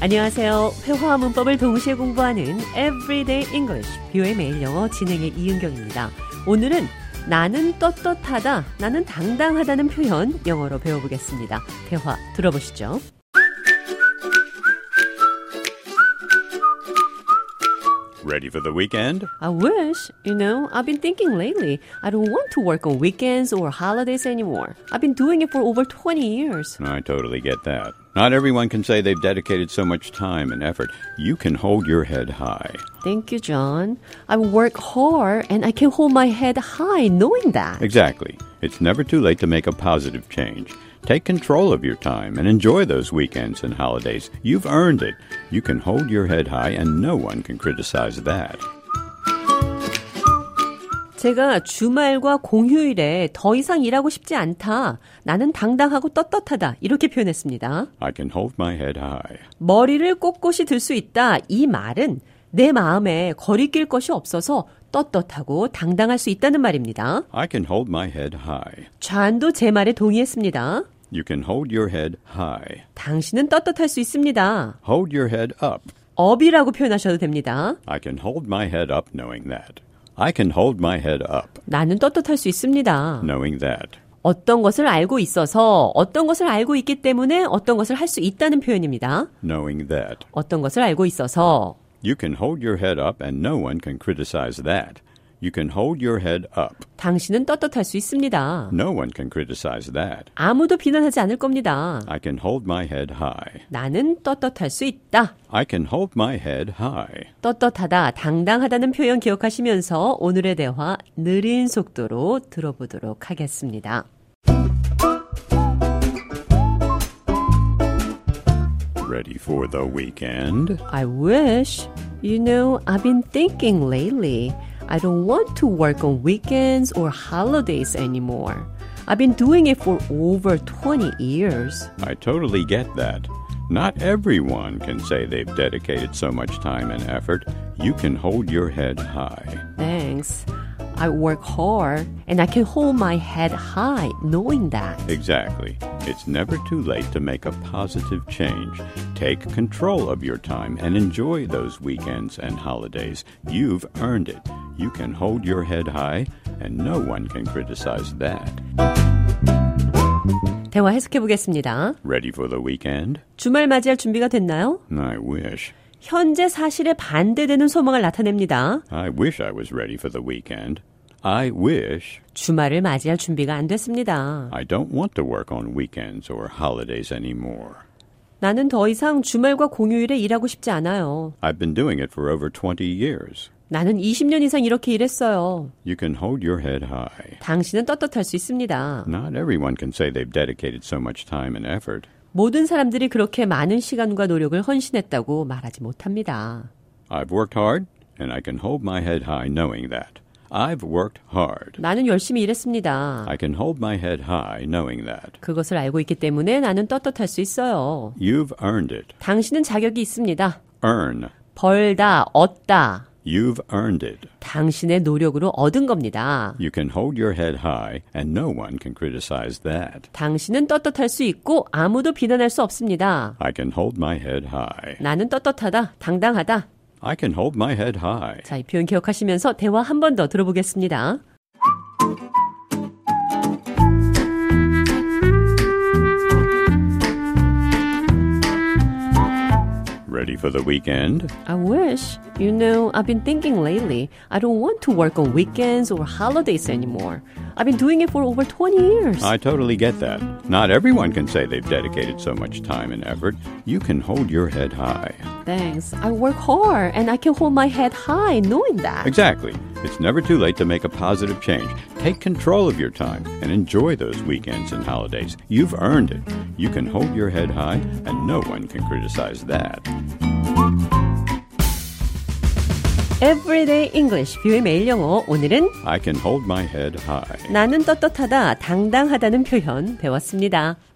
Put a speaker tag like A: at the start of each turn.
A: 안녕하세요. 회화와 문법을 동시에 공부하는 Everyday English, 뷰의 매일 영어 진행의 이은경입니다. 오늘은 나는 떳떳하다, 나는 당당하다는 표현 영어로 배워보겠습니다. 대화 들어보시죠.
B: Ready for the weekend?
A: I wish, you know, I've been thinking lately. I don't want to work on weekends or holidays anymore. I've been doing it for over 20 years.
B: I totally get that. Not everyone can say they've dedicated so much time and effort. You can hold your head high.
A: Thank you, John. I work hard and I can hold my head high knowing that.
B: Exactly. It's never too late to make a positive change. Take control of your time and enjoy those weekends and holidays. You've earned it. You can hold your head high, and no one can criticize that.
A: 제가 주말과 공휴일에 더 이상 일하고 싶지 않다. 나는 당당하고 떳떳하다. 이렇게 표현했습니다.
B: I can hold my head high.
A: 머리를 꼿꼿이 들 수 있다. 이 말은 내 마음에 거리낄 것이 없어서 떳떳하고 당당할 수 있다는 말입니다.
B: I can hold my head high.
A: 좌안도 제 말에 동의했습니다.
B: You can hold your head high.
A: 당신은 떳떳할 수 있습니다.
B: Hold your head up.
A: 업이라고 표현하셔도 됩니다.
B: I can hold my head up knowing that. I can hold my head up
A: 나는 떳떳할 수 있습니다.
B: knowing that.
A: 어떤 것을 알고 있어서 어떤 것을 알고 있기 때문에 어떤 것을 할 수 있다는 표현입니다.
B: Knowing that.
A: 어떤 것을 알고 있어서
B: You can hold your head up and no one can criticize that. You can hold your head up.
A: 당신은 떳떳할 수 있습니다.
B: No one can criticize that.
A: 아무도 비난하지 않을 겁니다.
B: I can hold my head high.
A: 나는 떳떳할 수 있다.
B: I can hold my head high.
A: 떳떳하다, 당당하다는 표현 기억하시면서 오늘의 대화 느린 속도로 들어보도록 하겠습니다.
B: Ready for the weekend?
A: I wish, you know, I've been thinking lately. I don't want to work on weekends or holidays anymore. I've been doing it for over 20 years.
B: I totally get that. Not everyone can say they've dedicated so much time and effort. You can hold your head high.
A: Thanks. I work hard and I can hold my head high knowing that.
B: Exactly. It's never too late to make a positive change. Take control of your time and enjoy those weekends and holidays. You've earned it. You can hold your head high, and no one can criticize that.
A: 대화 해석해 보겠습니다.
B: Ready for the weekend?
A: 주말 맞이할 준비가 됐나요?
B: I wish.
A: 현재 사실에 반대되는 소망을 나타냅니다.
B: I wish I was ready for the weekend. I wish
A: 주말을 맞이할 준비가 안 됐습니다.
B: I don't want to work on weekends or holidays anymore.
A: 나는 더 이상 주말과 공휴일에 일하고 싶지 않아요.
B: I've been doing it for over 20 years.
A: 나는 20년 이상 이렇게 일했어요.
B: You can hold your head high.
A: 당신은 떳떳할 수 있습니다.
B: Not everyone can say they've dedicated so much time and effort.
A: 모든 사람들이 그렇게 많은 시간과 노력을 헌신했다고 말하지 못합니다.
B: I've worked hard, and I can hold my head high knowing that. I've worked hard.
A: 나는 열심히 일했습니다.
B: I can hold my head high knowing that.
A: 그것을 알고 있기 때문에 나는 떳떳할 수 있어요.
B: You've earned it.
A: 당신은 자격이 있습니다.
B: Earn.
A: 벌다, 얻다.
B: You've earned it.
A: 당신의 노력으로 얻은 겁니다.
B: You can hold your head high, and no one can criticize that.
A: 당신은 떳떳할 수 있고 아무도 비난할 수 없습니다.
B: I can hold my head high.
A: 나는 떳떳하다, 당당하다.
B: I can hold my head high.
A: 자, 이 표현 기억하시면서 대화 한 번 더 들어보겠습니다.
B: Ready for the weekend?
A: I wish. You know, I've been thinking lately. I don't want to work on weekends or holidays anymore. I've been doing it for over 20 years.
B: I totally get that. Not everyone can say they've dedicated so much time and effort. You can hold your head high.
A: Thanks. I work hard and I can hold my head high knowing that.
B: Exactly. It's never too late to make a positive change. Take control of your time and enjoy those weekends and holidays. You've earned it. You can hold your head high, and no one can criticize that.
A: Everyday English, 뷰의 매일 영어. 오늘은
B: I can hold my head high.
A: 나는 떳떳하다, 당당하다는 표현 배웠습니다.